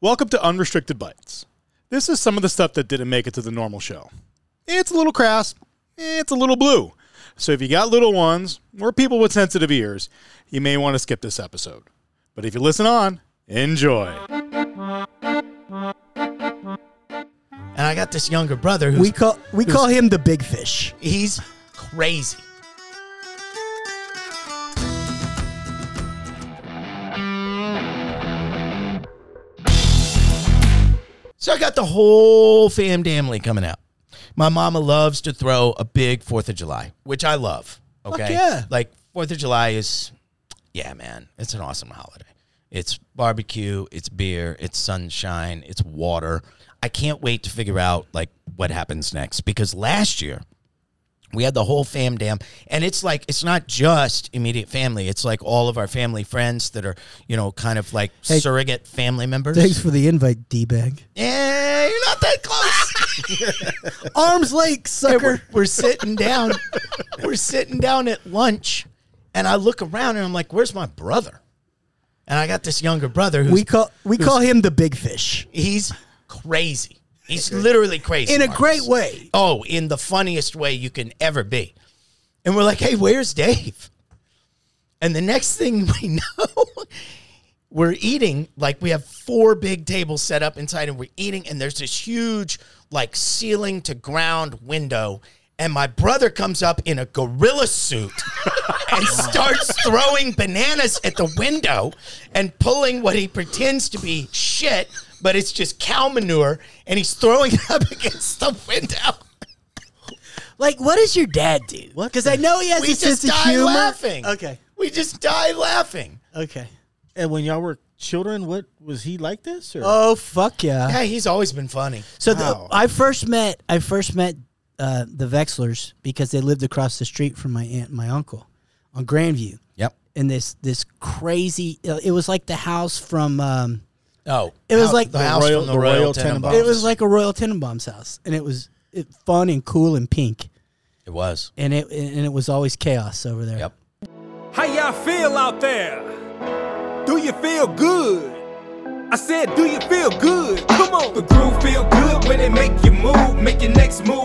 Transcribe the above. Welcome to Unrestricted Bites. This is some of the stuff that didn't make it to the normal show. It's a little crass, it's a little blue. So if you got little ones or people with sensitive ears, you may want to skip this episode. But if you listen on, enjoy. And I got this younger brother who's We call we call him the big fish. he's crazy. So I got the whole fam family coming out. My mama loves to throw a big Fourth of July, which I love. Okay, yeah. like Fourth of July is, yeah, man, it's an awesome holiday. It's barbecue, it's beer, it's sunshine, it's water. I can't wait to figure out like what happens next because last year we had the whole fam dam, and it's like it's not just immediate family. It's like all of our family friends that are you know kind of like surrogate family members. Thanks for the invite, D bag. Yeah, you're not that close. Arms lake, we're, sucker. we're sitting down. we're sitting down at lunch, and I look around and I'm like, "Where's my brother?" And I got this younger brother who's We call we call him the big fish. he's crazy. He's literally crazy In a Marcus. great way. Oh, in the funniest way you can ever be. And we're like, hey, where's Dave? And the next thing we know, we're eating. Like, we have four big tables set up inside, and we're eating, and there's this huge, like, ceiling to ground window. And my brother comes up in a gorilla suit and starts throwing bananas at the window and pulling what he pretends to be shit, but it's just cow manure, and he's throwing it up against the window. Like, what does your dad do? What? Because I know he has we a sense just of die humor. laughing. Okay. We just die laughing. Okay. And when y'all were children, what was he like this? Or Oh fuck yeah. Hey, he's always been funny. So the, Wow. I first met I first met uh, the Vexlers because they lived across the street from my aunt and my uncle on Grandview. Yep. And this this crazy uh, it was like the house from um, Oh, It was house- like the, the house Royal- from the, the Royal, Royal Tenenbaums. Tenenbaums. It was like a Royal Tenenbaum's house, and it was it, fun and cool and pink, It was. and it and it was always chaos over there. Yep. How y'all feel out there? Do you feel good? I said, do you feel good? Come on. The groove feel good when it make you move, make your next move.